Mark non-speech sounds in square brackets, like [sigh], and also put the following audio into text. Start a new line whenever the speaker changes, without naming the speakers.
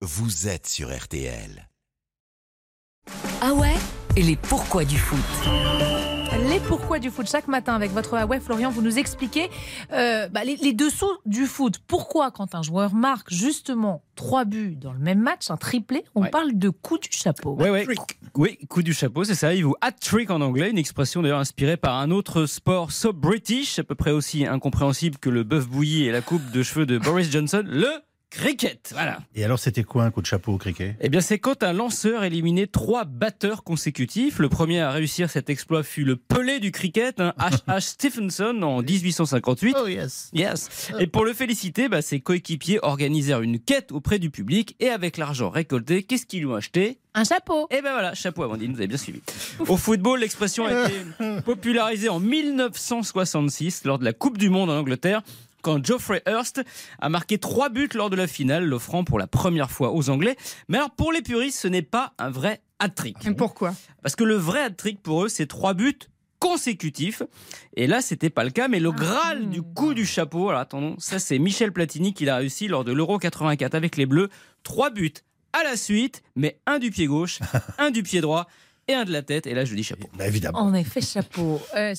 Vous êtes sur RTL.
Ah ouais Les pourquoi du foot.
Les pourquoi du foot chaque matin avec votre Huawei Florian, vous nous expliquez euh, bah, les, les dessous du foot. Pourquoi quand un joueur marque justement trois buts dans le même match, un triplé, on
Ouais.
parle de coup du chapeau.
Ouais, ouais. Oui, coup du chapeau, c'est ça, il vous hat-trick en anglais, une expression d'ailleurs inspirée par un autre sport so british, à peu près aussi incompréhensible que le bœuf bouilli et la coupe de cheveux de Boris Johnson, [laughs] le cricket. Voilà.
Et alors, c'était quoi un coup de chapeau au cricket
Eh bien, c'est quand un lanceur éliminait trois batteurs consécutifs. Le premier à réussir cet exploit fut le Pelé du cricket, hein, H.H. Stephenson, en 1858.
Oh yes
Yes. Et pour le féliciter, bah, ses coéquipiers organisèrent une quête auprès du public et avec l'argent récolté, qu'est-ce qu'ils lui ont acheté
Un chapeau.
et ben voilà, chapeau Amandine, vous avez bien suivi. Au football, l'expression a été popularisée en 1966 lors de la Coupe du Monde en Angleterre. Quand Geoffrey Hurst a marqué trois buts lors de la finale, l'offrant pour la première fois aux Anglais. Mais alors pour les puristes, ce n'est pas un vrai hat-trick.
Pourquoi
Parce que le vrai hat-trick pour eux, c'est trois buts consécutifs. Et là, c'était pas le cas, mais le Graal du coup du chapeau, alors attendons, ça c'est Michel Platini qui l'a réussi lors de l'Euro 84 avec les Bleus. Trois buts à la suite, mais un du pied gauche, un du pied droit et un de la tête. Et là, je dis chapeau.
Bah, Évidemment.
En effet, chapeau. Euh,